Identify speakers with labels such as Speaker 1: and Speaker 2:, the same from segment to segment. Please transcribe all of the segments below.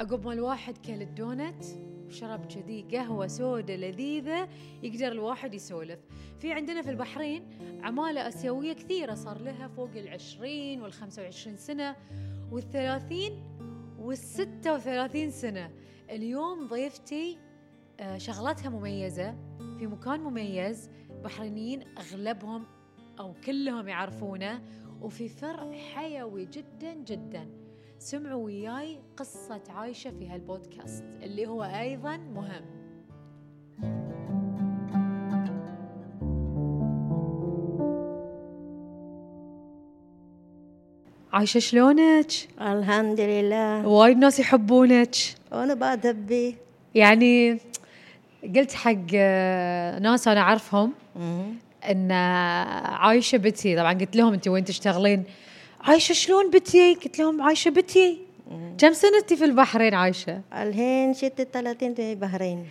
Speaker 1: عقب ما الواحد كل الدونت وشرب كذي قهوة سودة لذيذة يقدر الواحد يسولف في عندنا في البحرين عمالة أسيوية كثيرة صار لها فوق العشرين والخمسة وعشرين سنة والثلاثين والستة وثلاثين سنة اليوم ضيفتي آه، شغلتها مميزة في مكان مميز بحرينيين أغلبهم أو كلهم يعرفونه وفي فرع حيوي جدا جدا سمعوا وياي قصة عايشة في هالبودكاست اللي هو أيضا مهم عايشة شلونك؟
Speaker 2: الحمد لله
Speaker 1: وايد ناس يحبونك
Speaker 2: وانا بعد هبي
Speaker 1: يعني قلت حق آه، ناس أنا أعرفهم ان عايشه بتي طبعا قلت لهم انت وين تشتغلين عايشه شلون بتي قلت لهم عايشه بتي كم سنتي في البحرين عايشه
Speaker 2: الحين شتي 30 في البحرين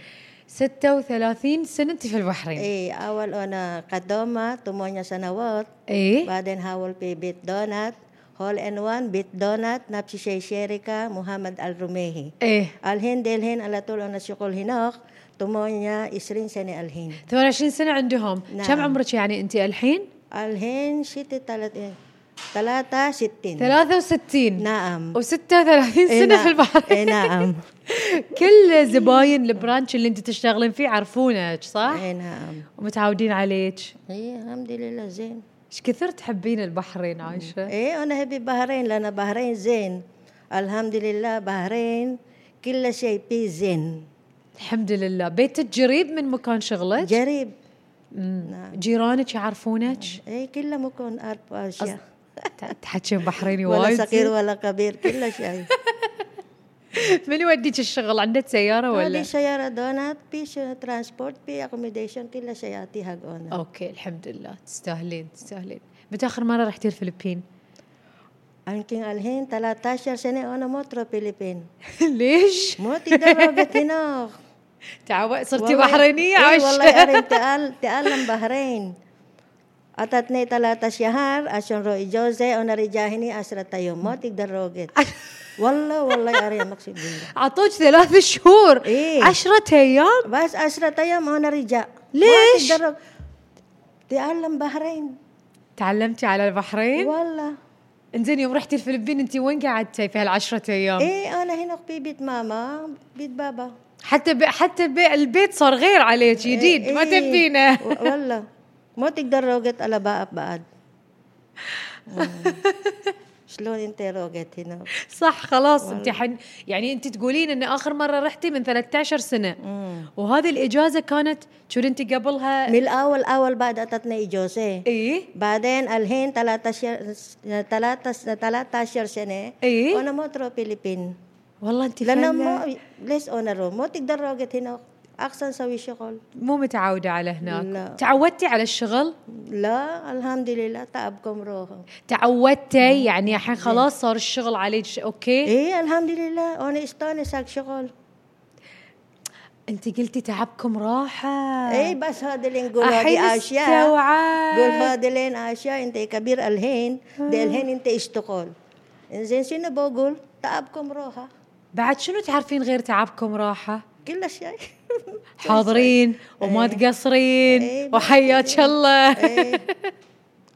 Speaker 1: 36 سنتي في البحرين
Speaker 2: اي اول انا قدومة 8 سنوات
Speaker 1: ايه
Speaker 2: بعدين حاول في بيت دونات هول ان وان بيت دونات نفس الشيء شركة محمد الرميهي
Speaker 1: ايه
Speaker 2: الحين دي الحين على طول انا شغل هناك 8 20 سنة الحين
Speaker 1: 28 سنه عندهم
Speaker 2: نعم.
Speaker 1: كم عمرك يعني انت الحين
Speaker 2: الحين شتي 30 63
Speaker 1: 63
Speaker 2: نعم
Speaker 1: و36
Speaker 2: إي
Speaker 1: سنه
Speaker 2: نعم.
Speaker 1: في
Speaker 2: إي
Speaker 1: البحرين
Speaker 2: نعم
Speaker 1: كل زباين البرانش اللي انت تشتغلين فيه عرفونك صح
Speaker 2: اي نعم
Speaker 1: ومتعودين عليك
Speaker 2: اي الحمد لله زين
Speaker 1: ايش كثر تحبين البحرين عايشه
Speaker 2: ايه انا هبي بحرين لان بحرين زين الحمد لله بحرين كل شيء فيه زين
Speaker 1: الحمد لله بيتك قريب من مكان شغلك
Speaker 2: جريب
Speaker 1: مم.
Speaker 2: نعم.
Speaker 1: جيرانك يعرفونك
Speaker 2: ايه كل مكان أعرف اشياء
Speaker 1: ت- تحكين بحريني
Speaker 2: ولا صغير
Speaker 1: وايد
Speaker 2: ولا كبير كل شيء
Speaker 1: من يوديك الشغل عندك سياره
Speaker 2: ولا
Speaker 1: ولا
Speaker 2: سيارة دونات في شو- ترانسبورت في اكوميديشن كل شيء اعطي حق انا
Speaker 1: اوكي الحمد لله تستاهلين تستاهلين متى اخر مره رحتي الفلبين
Speaker 2: يمكن الحين 13 سنة انا موترة فيلبين
Speaker 1: ليش
Speaker 2: موتي دربت هناك
Speaker 1: تعو صرتي
Speaker 2: والله-
Speaker 1: بحرينيه
Speaker 2: إيه والله
Speaker 1: عايشه
Speaker 2: أريد تقل تقلم بحرين أتتني ثلاثة شهر عشان روي جوزي أنا رجاهني عشرة يوم ما تقدر روقت والله والله أريد مقصود بالله
Speaker 1: عطوك ثلاث شهور
Speaker 2: إيه.
Speaker 1: عشرة ايام
Speaker 2: بس عشرة أيام أنا رجع
Speaker 1: ليش؟
Speaker 2: ما تقدر روق- تقلم بحرين
Speaker 1: تعلمتي على البحرين
Speaker 2: والله
Speaker 1: انزين يوم رحتي الفلبين انت وين قعدتي في هالعشرة ايام
Speaker 2: إيه أنا هنا في بيت ماما بيت بابا
Speaker 1: حتى بي حتى بي البيت صار غير عليك جديد
Speaker 2: إيه،
Speaker 1: ما
Speaker 2: إيه.
Speaker 1: تبينه
Speaker 2: و- والله ما تقدر روقت على بقى بعد شلون أنت روقت هنا
Speaker 1: صح خلاص انت حن يعني انت تقولين ان اخر مره رحتي من 13 سنه
Speaker 2: مم.
Speaker 1: وهذه الاجازه كانت شو انت قبلها
Speaker 2: من الاول اول بعد اتتنا اجازه
Speaker 1: ايه
Speaker 2: بعدين الحين 13 13 13 سنه
Speaker 1: إيه؟
Speaker 2: انا ما تروح فيلبين
Speaker 1: والله انت
Speaker 2: لان
Speaker 1: فعلا
Speaker 2: ما ليش انا رو ما تقدر روقت هنا احسن سوي شغل
Speaker 1: مو متعوده على هناك
Speaker 2: لا.
Speaker 1: تعودتي على الشغل
Speaker 2: لا الحمد لله تعبكم روحه
Speaker 1: تعودتي يعني الحين خلاص صار الشغل عليك ش- اوكي
Speaker 2: ايه الحمد لله انا استانس حق شغل
Speaker 1: انت قلتي تعبكم راحه
Speaker 2: ايه بس هذا اللي نقول
Speaker 1: الحين
Speaker 2: هذه اشياء قول
Speaker 1: استوعب
Speaker 2: هذا لين اشياء انت كبير الحين ده الحين انت اشتغل انزين شنو بقول تعبكم روحه
Speaker 1: بعد شنو تعرفين غير تعبكم راحه
Speaker 2: كل شيء
Speaker 1: حاضرين وما
Speaker 2: إيه،
Speaker 1: تقصرين
Speaker 2: بس
Speaker 1: وحياك الله
Speaker 2: إيه.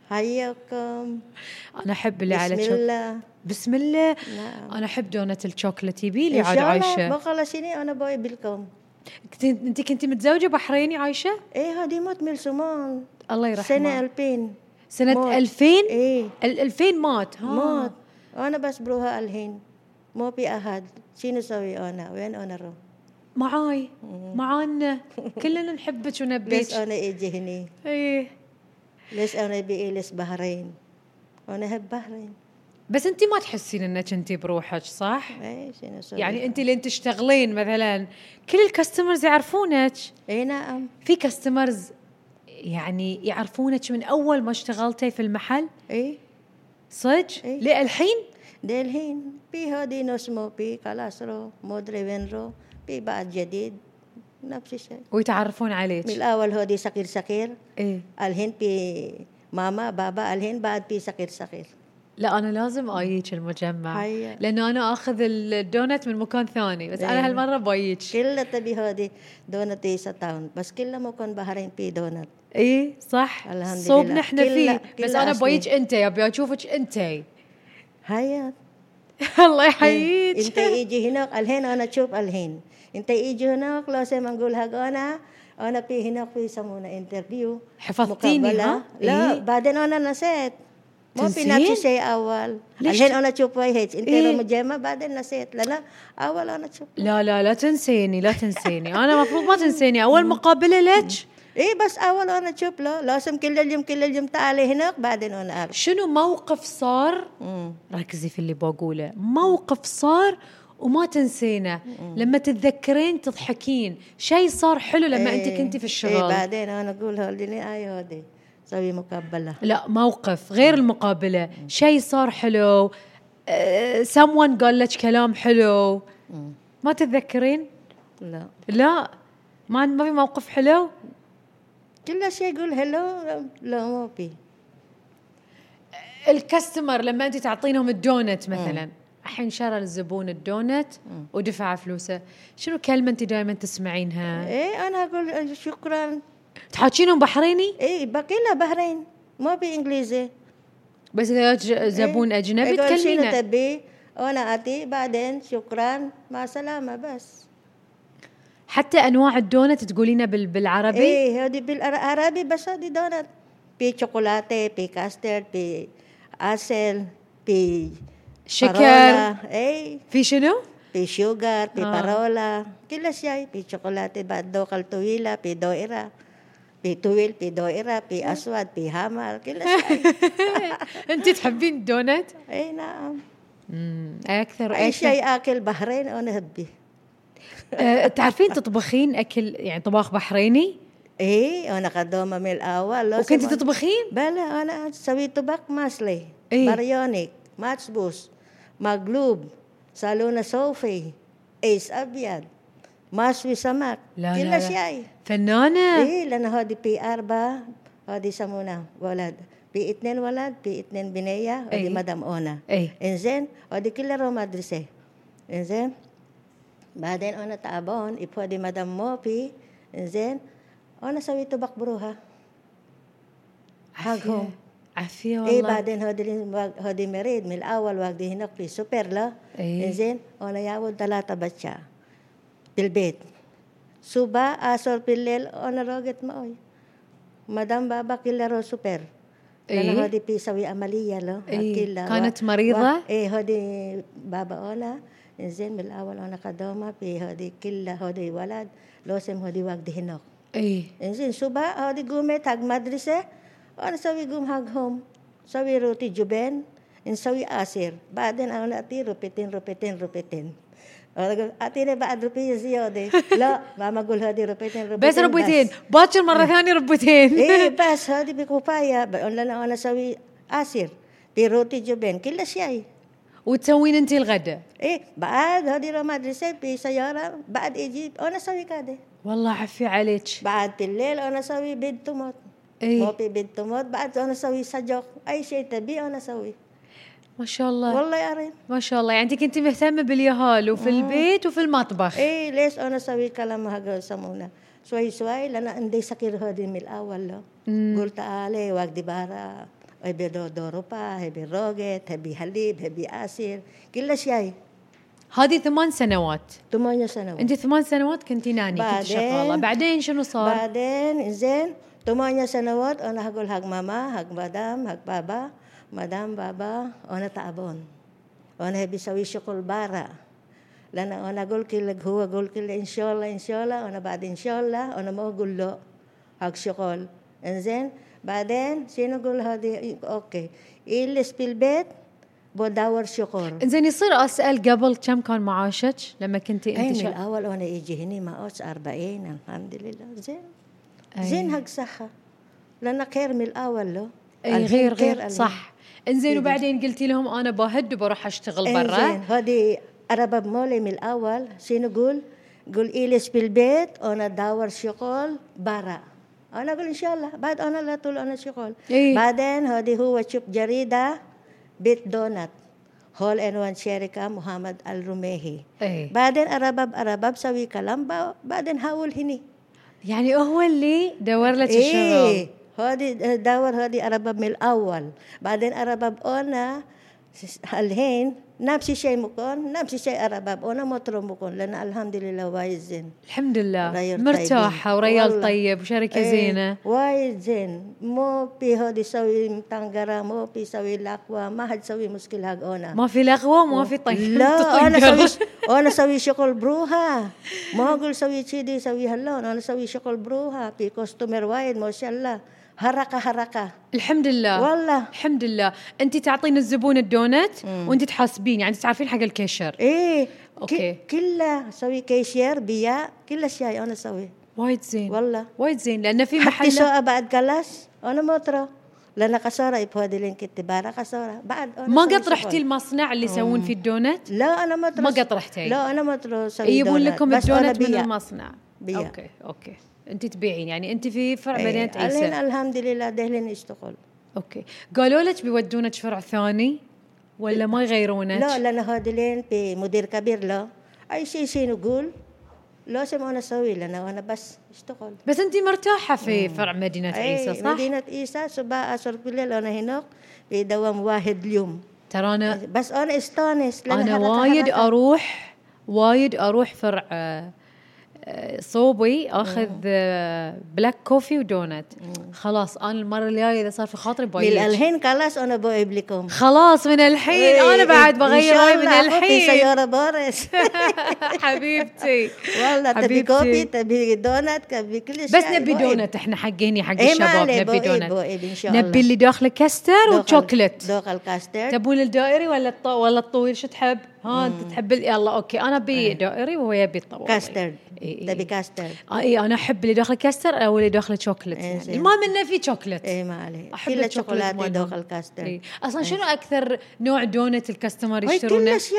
Speaker 2: حياكم
Speaker 1: انا احب اللي على
Speaker 2: بسم
Speaker 1: شوك
Speaker 2: الله
Speaker 1: بسم الله
Speaker 2: نعم.
Speaker 1: انا احب دونت الشوكليتي بي اللي
Speaker 2: إن
Speaker 1: عاد
Speaker 2: شاء الله
Speaker 1: عايشه
Speaker 2: بقول شنو أنا باي بالكم
Speaker 1: كنت- انت كنتي متزوجه بحريني عايشه
Speaker 2: إيه هذه موت من سمان
Speaker 1: الله يرحمه
Speaker 2: سنة
Speaker 1: سنه
Speaker 2: ألبين موت.
Speaker 1: سنه 2000
Speaker 2: إيه
Speaker 1: ال 2000 مات ها
Speaker 2: موت أنا بس بروها الحين ما في أحد شنو سوي أنا وين أنا رو
Speaker 1: معاي معانا كلنا نحبك
Speaker 2: ليش
Speaker 1: ونبيك
Speaker 2: أنا إجي هني
Speaker 1: ايه
Speaker 2: ليش أنا بي ليش بحرين أنا هب بحرين
Speaker 1: بس انت ما تحسين انك انت بروحك صح
Speaker 2: إيه شنو سوي
Speaker 1: يعني انت لين تشتغلين مثلا كل الكاستمرز يعرفونك
Speaker 2: إيه نعم
Speaker 1: في كاستمرز يعني يعرفونك من اول ما اشتغلتي في المحل
Speaker 2: إيه
Speaker 1: صدق
Speaker 2: إيه.
Speaker 1: للحين
Speaker 2: ده الحين في هادي نص مو في خلاص رو مدري وين رو في بعد جديد نفس الشيء
Speaker 1: ويتعرفون
Speaker 2: من
Speaker 1: عليك
Speaker 2: الأول هادي صغير صغير
Speaker 1: ايه
Speaker 2: الحين في ماما بابا الحين بعد في صغير صغير
Speaker 1: لا انا لازم اجيك المجمع
Speaker 2: هيا.
Speaker 1: لانه انا اخذ الدونت من مكان ثاني بس انا
Speaker 2: إيه.
Speaker 1: هالمره بايك
Speaker 2: كلا تبي هذه دونت إيه sa town بس كلا مكان بحرين في دونت
Speaker 1: اي إيه، صح
Speaker 2: الحمد
Speaker 1: صوبنا
Speaker 2: لله.
Speaker 1: احنا
Speaker 2: كله-
Speaker 1: فيه بس
Speaker 2: كله
Speaker 1: انا
Speaker 2: أصلي.
Speaker 1: بايك انت يبي اشوفك انت
Speaker 2: هيا
Speaker 1: الله
Speaker 2: إيه. انت
Speaker 1: يحييك
Speaker 2: يجي هناك الحين انا تشوف الحين انت يجي هناك لو سي ما نقول حق انا انا في هناك في يسمونه انترفيو
Speaker 1: حفظتيني ها؟
Speaker 2: لا
Speaker 1: إيه؟
Speaker 2: إيه؟ بعدين انا نسيت ما في
Speaker 1: تنسين؟
Speaker 2: نفس الشيء اول
Speaker 1: ليش
Speaker 2: الحين
Speaker 1: ت-
Speaker 2: انا تشوف وجهك انت
Speaker 1: إيه؟
Speaker 2: إيه؟ مجمع بعدين نسيت لان اول انا تشوف
Speaker 1: لا لا لا تنسيني لا تنسيني انا المفروض ما تنسيني اول مقابله لك
Speaker 2: اي بس اول انا تشوف له لازم كل اليوم كل اليوم تعالي هناك بعدين انا اعرف
Speaker 1: شنو موقف صار
Speaker 2: مم.
Speaker 1: ركزي في اللي بقوله موقف صار وما تنسينه لما تتذكرين تضحكين شيء صار حلو لما انت
Speaker 2: إيه.
Speaker 1: كنتي في
Speaker 2: إيه
Speaker 1: الشغل
Speaker 2: بعدين انا اقول هولدني اي هودي سوي مقابله
Speaker 1: لا موقف غير المقابله شيء صار حلو آه، someone قال لك كلام حلو
Speaker 2: مم.
Speaker 1: ما تتذكرين
Speaker 2: لا
Speaker 1: لا ما ما في موقف حلو
Speaker 2: كل شيء يقول هلو لا ما في
Speaker 1: الكاستمر لما انت تعطينهم الدونت مثلا الحين شرى الزبون الدونت ودفع فلوسه شنو كلمه انت دائما تسمعينها
Speaker 2: ايه انا اقول شكرا
Speaker 1: تحاكينهم بحريني
Speaker 2: ايه باقي لها بحرين إيه، ما بانجليزي
Speaker 1: بس اذا جاك زبون اجنبي تكلمينه
Speaker 2: تبي وانا اتي بعدين شكرا مع السلامه بس
Speaker 1: حتى انواع الدونت تقولينه بال- بالعربي إيه؟
Speaker 2: ايه هذه بالعربي بس هذه دونت في شوكولاته في كاسترد في عسل في
Speaker 1: شكر
Speaker 2: فراولة، ايه
Speaker 1: في شنو؟
Speaker 2: في شوغر في
Speaker 1: آه.
Speaker 2: بارولا كل شيء في شوكولاته بعد دوقة طويلة في دائرة في طويل في دائرة في أسود في حمر كل شيء
Speaker 1: انت تحبين الدونت؟
Speaker 2: اي نعم
Speaker 1: امم اكثر
Speaker 2: أي
Speaker 1: أكثر.
Speaker 2: شيء آكل بحرين أنا هبي
Speaker 1: آه، تعرفين تطبخين اكل يعني طباخ بحريني؟
Speaker 2: اي أنا قدومة من الأول لو
Speaker 1: وكنت
Speaker 2: سمعت-
Speaker 1: تطبخين؟
Speaker 2: بلى أنا سويت طبق ماسلي
Speaker 1: إيه.
Speaker 2: بريونيك ماتسبوس مقلوب صالونة صوفي إيس أبيض ماسوي سمك
Speaker 1: لا،
Speaker 2: كل
Speaker 1: لا، لا.
Speaker 2: شيء
Speaker 1: فنانه
Speaker 2: ايه لان هذه بي اربعة هذه يسمونها ولد بي اثنين ولد بي اثنين بنيه
Speaker 1: إيه.
Speaker 2: هذه مدام اونا
Speaker 1: اي
Speaker 2: انزين هذه كلها رو مدرسه انزين بعدين انا تعبان يبقى هذه مدام موبي انزين انا سويت طبق بروها حقهم.
Speaker 1: عافيه والله
Speaker 2: ايه بعدين هذه هذه مريض من الاول وقت هناك في سوبر لا
Speaker 1: إيه.
Speaker 2: انزين انا يعود ثلاثه بچا بالبيت صبح عصر بالليل انا راقت معي مدام بابا كلها رو سوبر
Speaker 1: إيه.
Speaker 2: لأن هذه بيسوي عملية له
Speaker 1: إيه.
Speaker 2: كلها.
Speaker 1: كانت مريضة؟
Speaker 2: و... ايه هذه بابا أنا انزين من الأول أنا قدامها بهذه كلها هذه ولد لازم هذه وقت هناك
Speaker 1: اي
Speaker 2: انزين صبح هذه قومت حق مدرسة وأنا سوي قوم حق هم سوي روتي جبن نسوي عصير بعدين أنا أعطي ربيتين ربيتين ربيتين أنا أقول أعطيني بعد ربية زيادة لا ماما أقول هذه ربيتين ربيتين
Speaker 1: بس ربوتين باكر مره
Speaker 2: إيه.
Speaker 1: ثانيه ربوتين
Speaker 2: ايه بس هذه بكوباية انا انا اسوي عصير بروتي جبن كل شيء
Speaker 1: وتسوين انت الغداء
Speaker 2: ايه بعد هذه رو مدرسة بسيارة بعد اجي انا اسوي كده
Speaker 1: والله عافيه عليك
Speaker 2: بعد بالليل انا اسوي بيض طماط
Speaker 1: إيه.
Speaker 2: ما في بيض طماط بعد انا اسوي سجق اي شيء تبي انا اسوي
Speaker 1: ما شاء الله
Speaker 2: والله آه. يا رين
Speaker 1: ما شاء الله يعني انت كنتي مهتمه باليهال وفي البيت وفي المطبخ
Speaker 2: ايه ليش انا اسوي كلام هذا يسمونه شوي شوي لان عندي سكر هذه من الاول لا قلت عليه وقت برا ابي دو دوروبا ابي روجت ابي حليب ابي عصير كل شيء
Speaker 1: هذه ثمان سنوات
Speaker 2: ثمانية سنوات
Speaker 1: انت ثمان سنوات كنتي ناني كنت
Speaker 2: بعدين-
Speaker 1: شغاله بعدين شنو صار؟
Speaker 2: بعدين زين ثمانية سنوات انا هقول حق ماما حق مدام حق بابا مدام بابا انا تعبان انا ابي اسوي شغل برا لان انا اقول كل هو اقول كل ان شاء الله ان شاء الله انا بعد ان شاء الله انا ما اقول له حق شغل انزين بعدين شنو اقول هذه اوكي يجلس في البيت بدور شغل
Speaker 1: زين يصير اسال قبل كم كان معاشك لما كنتي انت
Speaker 2: انت
Speaker 1: شغاله؟
Speaker 2: الاول وانا يجي هني ما اوس 40 الحمد لله زين
Speaker 1: أي.
Speaker 2: زين حق صحه لان خير من الاول له
Speaker 1: اي
Speaker 2: الحين
Speaker 1: إيه، غير
Speaker 2: خير
Speaker 1: غير
Speaker 2: الحين. إيه،
Speaker 1: صح انزين وبعدين قلتي لهم انا بهد وبروح اشتغل
Speaker 2: انزين
Speaker 1: برا
Speaker 2: هذه عربة مولي من الاول شنو نقول؟ قول إليس بالبيت انا داور شغل برا انا اقول ان شاء الله بعد انا لا طول انا شغل
Speaker 1: إي.
Speaker 2: بعدين هذه هو شوف جريده بيت دونات هول ان وان شركه محمد الرميهي
Speaker 1: اي
Speaker 2: بعدين ارباب ارباب سوي كلام با- بعدين هاول هني
Speaker 1: يعني هو اللي دور لك
Speaker 2: إيه. Eh,
Speaker 1: الشغل
Speaker 2: هادي دور هادي ارباب من الاول بعدين ارباب انا الحين نفس الشيء مكون نفس الشيء ارباب انا مطرم مكون لان الحمد لله وايد زين
Speaker 1: الحمد لله
Speaker 2: ريال
Speaker 1: مرتاحه
Speaker 2: طيبين.
Speaker 1: وريال
Speaker 2: والله.
Speaker 1: طيب وشركه
Speaker 2: إيه،
Speaker 1: زينه
Speaker 2: وايد زين مو في هادي سوي متنقرة مو في سوي لقوة ما حد سوي مشكلة حق انا
Speaker 1: ما في لغوه وما في طيب
Speaker 2: لا انا
Speaker 1: تطقر.
Speaker 2: سوي انا سوي شغل بروها ما اقول سوي كذي سوي هاللون انا سوي شغل بروها في كوستمر وايد ما شاء الله هرقه هرقه
Speaker 1: الحمد لله
Speaker 2: والله
Speaker 1: الحمد لله انت تعطين الزبون الدونت
Speaker 2: مم.
Speaker 1: وانت تحاسبين يعني تعرفين حق الكشر
Speaker 2: ايه
Speaker 1: أوكي.
Speaker 2: ك- كله سوي كيشير بيا كل الشيء انا اسوي
Speaker 1: وايد زين
Speaker 2: والله
Speaker 1: وايد زين لانه في
Speaker 2: حتى
Speaker 1: إيه. محل
Speaker 2: سوء بعد قلاش انا مطره لان قصاره يبهدي لين كنت بارا قصاره بعد أنا
Speaker 1: ما
Speaker 2: أسوي
Speaker 1: قد رحتي
Speaker 2: شغل.
Speaker 1: المصنع اللي يسوون فيه الدونت
Speaker 2: لا انا مطره
Speaker 1: ما قد رحتي
Speaker 2: لا انا مطره اسوي
Speaker 1: يجيبون
Speaker 2: دونات.
Speaker 1: لكم
Speaker 2: بس أنا
Speaker 1: الدونت من
Speaker 2: بيا.
Speaker 1: المصنع
Speaker 2: بيا.
Speaker 1: اوكي اوكي انت تبيعين يعني انت في فرع
Speaker 2: إيه،
Speaker 1: مدينه
Speaker 2: الحين
Speaker 1: عيسى
Speaker 2: الحمد لله دهلين اشتغل
Speaker 1: اوكي قالوا لك بيودونك فرع ثاني ولا ما يغيرونك
Speaker 2: لا لان هذا لين بمدير كبير لا اي شيء شيء نقول لازم انا اسوي لانه انا بس اشتغل
Speaker 1: بس انت مرتاحه في فرع مدينه عيسى
Speaker 2: أي،
Speaker 1: صح
Speaker 2: إيه. مدينة عيسى صباح عصر بالليل انا هناك في دوام واحد اليوم
Speaker 1: ترى انا
Speaker 2: بس انا استانس لأن
Speaker 1: انا
Speaker 2: حركة-
Speaker 1: وايد
Speaker 2: حركة.
Speaker 1: اروح وايد اروح فرع آه، آه، صوبي اخذ آه، بلاك كوفي ودونت خلاص انا المره الجايه اذا صار في خاطري
Speaker 2: من
Speaker 1: بايج
Speaker 2: الحين إيه، خلاص انا بوعب لكم
Speaker 1: خلاص من الحين انا بعد بغير رايي من
Speaker 2: في
Speaker 1: الحين
Speaker 2: سيارة بارس
Speaker 1: حبيبتي
Speaker 2: والله تبي
Speaker 1: حبيبتي.
Speaker 2: كوفي تبي دونات تبي كل شيء
Speaker 1: بس نبي
Speaker 2: بوعب.
Speaker 1: دونت احنا حق هني حق
Speaker 2: ايه ما
Speaker 1: الشباب
Speaker 2: عليه
Speaker 1: نبي
Speaker 2: بوعب
Speaker 1: دونت
Speaker 2: بوعب ان إيه، شاء الله
Speaker 1: نبي اللي داخله كاستر
Speaker 2: دوق ال-
Speaker 1: وشوكلت
Speaker 2: دوق الكاسترد
Speaker 1: تبون الدائري ولا الط... ولا الطويل شو تحب؟ ها انت تحب ال- يلا اوكي انا ابي دائري وهو يبي الطويل
Speaker 2: كاسترد
Speaker 1: إي إي.
Speaker 2: إيه. تبي كاسترد
Speaker 1: آه اي انا احب اللي داخله كاستر او اللي داخله شوكلت
Speaker 2: إيه
Speaker 1: يعني
Speaker 2: زين.
Speaker 1: المهم انه في شوكلت
Speaker 2: اي ما عليه
Speaker 1: أحب
Speaker 2: كل
Speaker 1: الشوكولات
Speaker 2: شوكولاته
Speaker 1: مالهم.
Speaker 2: دوق الكاسترد
Speaker 1: إي. اصلا إيه.
Speaker 2: إيه.
Speaker 1: شنو اكثر نوع دونت الكاستمر
Speaker 2: هاي كل
Speaker 1: يشترونه؟
Speaker 2: شيء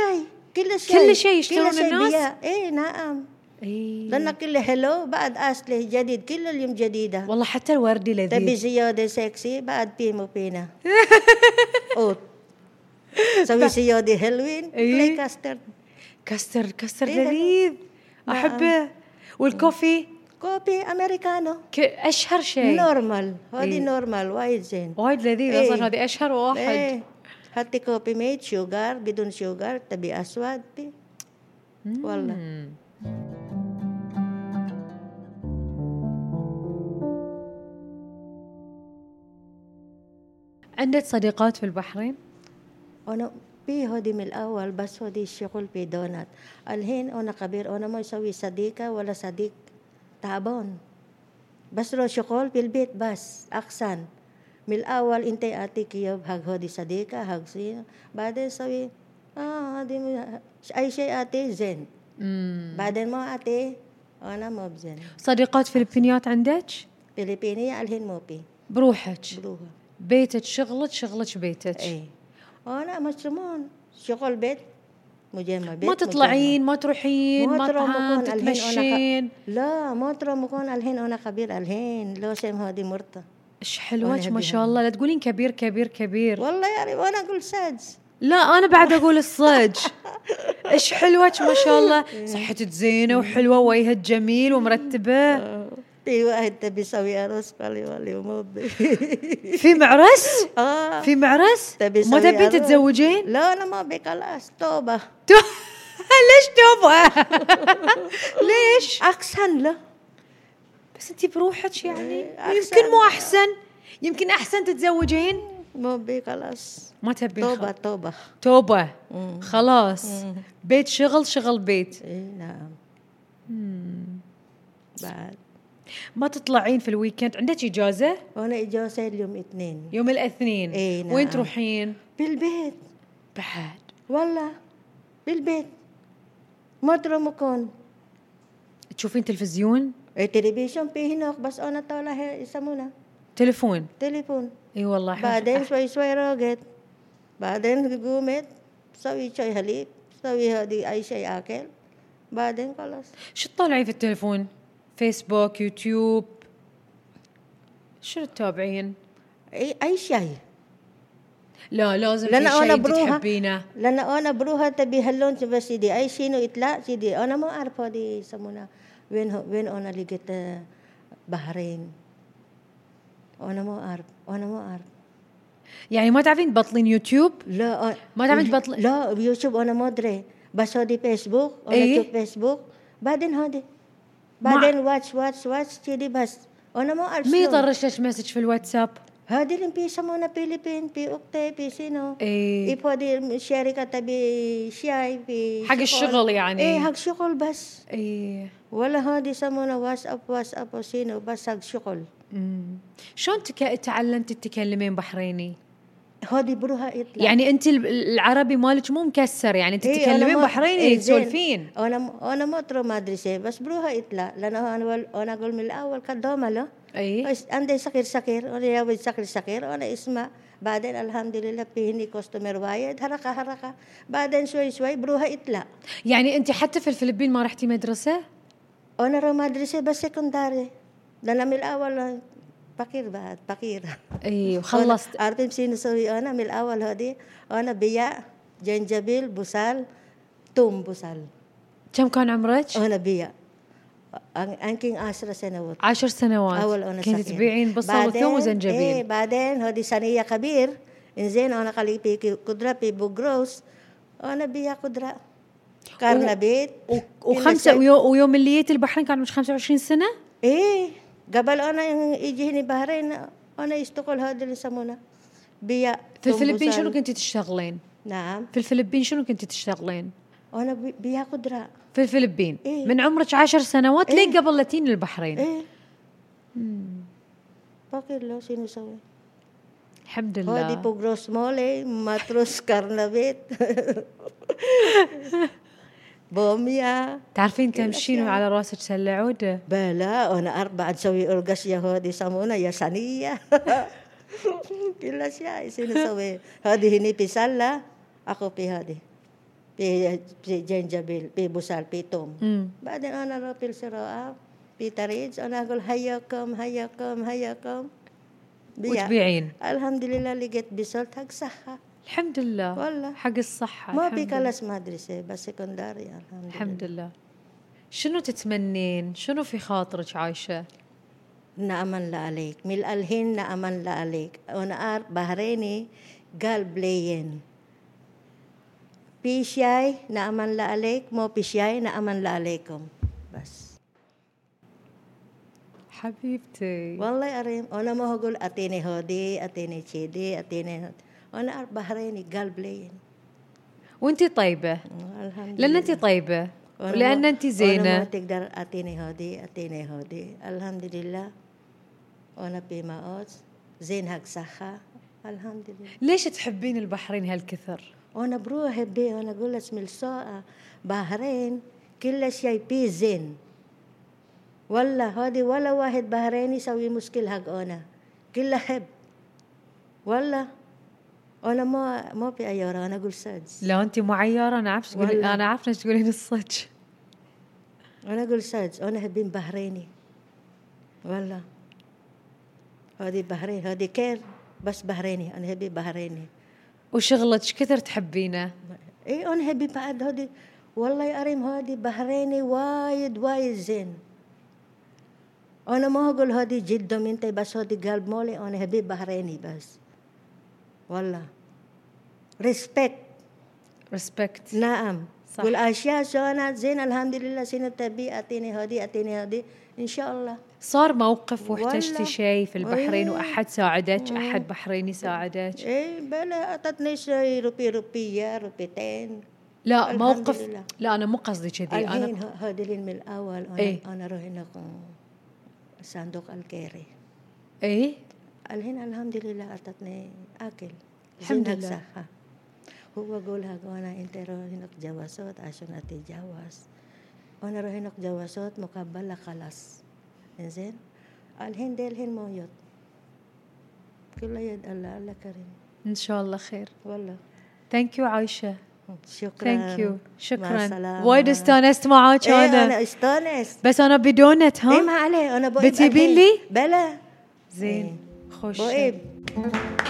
Speaker 2: كل شيء
Speaker 1: كل شيء يشترون الناس؟
Speaker 2: اي نعم
Speaker 1: إي.
Speaker 2: لان كل هلو بعد اصله جديد كل اليوم جديده
Speaker 1: والله حتى الوردي
Speaker 2: تبي
Speaker 1: لذيذ
Speaker 2: زياده سكسي بعد بيمو بينا اوت سوي زياده هلوين
Speaker 1: إي.
Speaker 2: بلاي كاسترد
Speaker 1: كاستر كاستر
Speaker 2: إيه نعم. لذيذ.
Speaker 1: لذيذ احبه والكوفي
Speaker 2: كوبي امريكانو
Speaker 1: ك- اشهر شيء
Speaker 2: نورمال
Speaker 1: إي.
Speaker 2: هذه نورمال وايد زين
Speaker 1: وايد لذيذ
Speaker 2: إيه.
Speaker 1: اصلا هذه اشهر واحد
Speaker 2: إيه. حطي كوبي ميت شوغر بدون شوغر تبي اسود بي. والله
Speaker 1: مم. عندك صديقات في البحرين؟
Speaker 2: أنا بي هودي من الأول بس هودي الشغل بي دونات الحين أنا كبير أنا ما يسوي صديقة ولا صديق تعبان بس لو شغل بالبيت بس أحسن من الأول أنت أعطيك يوم هاك هودي صديقة هاك زين بعدين سوي آه هادي م- أي شيء أعطيه زين
Speaker 1: مم.
Speaker 2: بعدين ما أعطيه أنا ما بزين
Speaker 1: صديقات فلبينيات عندك؟
Speaker 2: فلبينية الحين مو بي
Speaker 1: بروحك
Speaker 2: بروها
Speaker 1: بيتك شغلك شغلك بيتك
Speaker 2: إيه أنا مشرمون شغل بيت مجمع بيت
Speaker 1: ما تطلعين ما تروحين
Speaker 2: ما تروح
Speaker 1: مطعم
Speaker 2: مكان، الحين أنا خ-
Speaker 1: تتمشين
Speaker 2: لا ما ترى مكون الحين انا خبير الحين لو سم هذه مرته
Speaker 1: ايش
Speaker 2: وأنا
Speaker 1: حلوك ما
Speaker 2: أبي
Speaker 1: شاء
Speaker 2: هذا.
Speaker 1: الله لا تقولين كبير كبير كبير
Speaker 2: والله يعني وانا اقول ساج
Speaker 1: لا انا بعد اقول الصج ايش حلوك ما شاء
Speaker 2: إيه.
Speaker 1: الله صحتك زينه وحلوه وجهك جميل
Speaker 2: آه.
Speaker 1: ومرتبه
Speaker 2: في واحد تبي يسوي عروس قال لي والله مو بدي.
Speaker 1: في معرس
Speaker 2: اه
Speaker 1: في معرس
Speaker 2: تبي
Speaker 1: ما
Speaker 2: يسوي
Speaker 1: تبين
Speaker 2: عروس.
Speaker 1: تتزوجين
Speaker 2: لا انا ما ابي خلاص توبه
Speaker 1: تو- ليش توبه ليش
Speaker 2: احسن لا
Speaker 1: بس انت بروحك يعني
Speaker 2: إيه،
Speaker 1: يمكن مو احسن يمكن احسن تتزوجين
Speaker 2: مو ابي خلاص
Speaker 1: ما تبين خ-
Speaker 2: توبه توبه
Speaker 1: توبه
Speaker 2: مم.
Speaker 1: خلاص
Speaker 2: مم.
Speaker 1: بيت شغل شغل بيت
Speaker 2: اي نعم بعد
Speaker 1: ما تطلعين في الويكند عندك اجازه
Speaker 2: وانا اجازه اليوم اثنين
Speaker 1: يوم الاثنين
Speaker 2: إيه، نعم.
Speaker 1: وين تروحين
Speaker 2: بالبيت
Speaker 1: بعد
Speaker 2: والله بالبيت ما ترى مكان
Speaker 1: تشوفين تلفزيون
Speaker 2: Eh, التلفزيون فيه هناك بس انا طالع هي- يسمونه
Speaker 1: تلفون
Speaker 2: تليفون
Speaker 1: اي والله إحنا-
Speaker 2: بعدين شوي شوي راقد بعدين قومت سوي شوي حليب سوي هذه اي شيء اكل بعدين خلاص
Speaker 1: شو تطالعين في التلفون فيسبوك يوتيوب شو تتابعين
Speaker 2: Eh, اي اي شيء
Speaker 1: لا لازم في
Speaker 2: لأن أنا
Speaker 1: شيء انت
Speaker 2: بروحة.
Speaker 1: تحبينه
Speaker 2: لأن أنا بروها تبي هلون تبى سيدي أي شيء إطلاق سيدي أنا ما أعرف هذه يسمونها وين هو- وين أنا لقيت آه، بحرين أنا ما أعرف أنا ما أعرف
Speaker 1: يعني ما تعرفين تبطلين يوتيوب
Speaker 2: لا أنا-
Speaker 1: ما تعمل بطل-
Speaker 2: لا يوتيوب أنا ما أدري بس هذه فيسبوك أنا
Speaker 1: إيه.
Speaker 2: أشوف فيسبوك بعدين هذه
Speaker 1: ما-
Speaker 2: بعدين واتش واتش واتش سيدي بس أنا ما أعرف
Speaker 1: مي
Speaker 2: شلون.
Speaker 1: يطرش لك مسج في الواتساب
Speaker 2: هذه اللي بيسمونا فيلبين بي أوكتي بي سينو
Speaker 1: اي
Speaker 2: يبغى دي شركة تبي شاي في
Speaker 1: إيه، حق الشغل يعني إيه.
Speaker 2: ايه حق شغل بس
Speaker 1: اي
Speaker 2: ولا هذه يسمونه واس اب واس اب وسينو بس حق شغل
Speaker 1: أمم. شلون تك... تعلمتي تتكلمين بحريني؟
Speaker 2: هذه بروها يطلع
Speaker 1: يعني انت ال- العربي مالك مو مكسر يعني انت
Speaker 2: إيه، أنا
Speaker 1: تتكلمين
Speaker 2: ما-
Speaker 1: بحريني
Speaker 2: إيه، زين.
Speaker 1: تسولفين
Speaker 2: انا م- انا ما ترى مدرسه بس بروها إيه، يطلع لانه انا ول- انا اقول من الاول كدومه له
Speaker 1: اي
Speaker 2: إيش- عندي صغير صغير انا يا ولد صغير صغير انا اسمع بعدين الحمد لله بيهني كاستمر وايد هرقه هرقه بعدين شوي شوي بروها إيه، يطلع
Speaker 1: يعني انت حتى في الفلبين ما رحتي مدرسه؟
Speaker 2: انا رو مدرسه بس سكندري لان من الاول فقير بعد فقير
Speaker 1: اي إيه، وخلصت
Speaker 2: أنا- عارفين شو نسوي انا من الاول هذه انا بياع جنجبيل بصل توم بصل
Speaker 1: كم كان عمرك؟
Speaker 2: انا بياع أن- يمكن 10 سنوات
Speaker 1: عشر سنوات
Speaker 2: اول انا
Speaker 1: كنت
Speaker 2: صغيرة.
Speaker 1: تبيعين بصل
Speaker 2: بعدين-
Speaker 1: وثوم وزنجبيل
Speaker 2: إيه بعدين هذه صينيه كبير انزين انا قلي بي قدره بي بوغروس انا بياع قدره كارنا بيت
Speaker 1: وخمسه ويو- ويوم اللي جيت البحرين كان عمرك 25 سنه؟
Speaker 2: ايه قبل انا يجي هنا بحرين انا يشتغل هذا اللي يسمونه بياع
Speaker 1: في
Speaker 2: توم
Speaker 1: الفلبين
Speaker 2: بصل.
Speaker 1: شنو كنتي تشتغلين؟
Speaker 2: نعم
Speaker 1: في الفلبين شنو كنتي تشتغلين؟
Speaker 2: انا بي- بيها قدره
Speaker 1: في الفلبين
Speaker 2: إيه.
Speaker 1: من عمرك عشر سنوات
Speaker 2: إيه.
Speaker 1: لين قبل لا تجين البحرين
Speaker 2: ايه فاكر لو شنو سوي
Speaker 1: الحمد
Speaker 2: هادي
Speaker 1: لله
Speaker 2: بوغروس مولي ماتروس كارنافيت بوميا
Speaker 1: تعرفين تمشين
Speaker 2: الأشياء.
Speaker 1: وعلى راسك سله عوده
Speaker 2: بلا انا اربع نسوي ارقص يا هادي سمونا يا صينيه كل اشياء شنو نسوي هادي هني بسله اخو بي هادي بي بي جنجبيل بي بوسال بي توم
Speaker 1: أمم.
Speaker 2: بعدين انا رحت الشراء في طريق انا اقول حياكم حياكم حياكم بيع.
Speaker 1: وتبيعين
Speaker 2: الحمد لله لقيت بصلت حق صحة
Speaker 1: الحمد لله
Speaker 2: والله.
Speaker 1: حق الصحه
Speaker 2: ما
Speaker 1: الحمد
Speaker 2: بي
Speaker 1: لله.
Speaker 2: كلاس مدرسة بس سكندري الحمد,
Speaker 1: الحمد لله شنو تتمنين شنو في خاطرك عايشه
Speaker 2: لله نعم الله عليك من الهين نعم الله عليك أنا أعرف بحريني قال بلين بيشاي نعم الله عليك مو بيشاي نعم الله عليكم بس
Speaker 1: حبيبتي
Speaker 2: والله أريم أنا ما أقول أتيني هودي أتيني تشيدي أتيني هودي. أنا أعرف بحريني قال بلين
Speaker 1: وانتي طيبه
Speaker 2: الحمد
Speaker 1: لان انت طيبه
Speaker 2: وأنا
Speaker 1: ولان
Speaker 2: ما-
Speaker 1: انت
Speaker 2: وأنا ما
Speaker 1: زينه
Speaker 2: تقدر أعطيني هادي أعطيني هادي الحمد لله أنا بما أوت زين هاك صحة الحمد لله
Speaker 1: ليش تحبين البحرين هالكثر
Speaker 2: أنا بروح بي أنا أقول اسم الساعة بحرين كل شيء بي زين والله هادي ولا واحد بحريني يسوي مشكل هاك أنا كله حب والله أنا ما ما في أيارة أنا أقول صدق
Speaker 1: لا انت مو عياره انا عارفه تقولين
Speaker 2: والله.
Speaker 1: انا عارفه إيش تقولين الصدق
Speaker 2: أنا أقول صدق أنا هبين بحريني والله هذه بحرين هذه كير بس بحريني أنا هبي بحريني
Speaker 1: وشغلك إيش كثر تحبينه
Speaker 2: إيه أنا هبي بعد هذه والله يا أريم هذه بحريني وايد وايد زين أنا ما أقول هذه جدا منتي بس هذه قلب مولي أنا هبي بحريني بس والله ريسبكت
Speaker 1: ريسبكت
Speaker 2: نعم
Speaker 1: صح.
Speaker 2: والأشياء شلونها زين الحمد لله سنة تبي أعطيني هذه أعطيني هذه إن شاء الله
Speaker 1: صار موقف واحتجتي
Speaker 2: والله.
Speaker 1: شيء في البحرين
Speaker 2: إيه.
Speaker 1: واحد ساعدك احد بحريني ساعدك
Speaker 2: ايه بلا اعطتني شي روبي روبية روبيتين
Speaker 1: لا
Speaker 2: الحمد
Speaker 1: موقف
Speaker 2: لله.
Speaker 1: لا انا مو قصدي كذي
Speaker 2: الحين
Speaker 1: انا
Speaker 2: ه- هذا اللي من الاول انا
Speaker 1: إيه.
Speaker 2: انا رحنا صندوق الكيري
Speaker 1: اي
Speaker 2: الحين الحمد لله اعطتني اكل
Speaker 1: الحمد
Speaker 2: زينك
Speaker 1: لله.
Speaker 2: صحة هو قول حق انا انت روح هناك جواسات عشان اتجوز انا روح هناك جواسات مقبلة خلاص انزين الحين ده الحين موجود كل يد الله الله كريم
Speaker 1: ان شاء الله خير
Speaker 2: والله
Speaker 1: ثانك يو عايشه
Speaker 2: شكرا
Speaker 1: ثانك يو
Speaker 2: مع
Speaker 1: شكرا
Speaker 2: السلامة.
Speaker 1: وايد استانست معاك
Speaker 2: ايه
Speaker 1: انا
Speaker 2: انا استانست
Speaker 1: بس انا بدونت
Speaker 2: ايه ما
Speaker 1: ها
Speaker 2: عليه انا بقيب
Speaker 1: بتجيبين
Speaker 2: أكيد.
Speaker 1: لي؟
Speaker 2: بلا
Speaker 1: زين خوش
Speaker 2: بقيب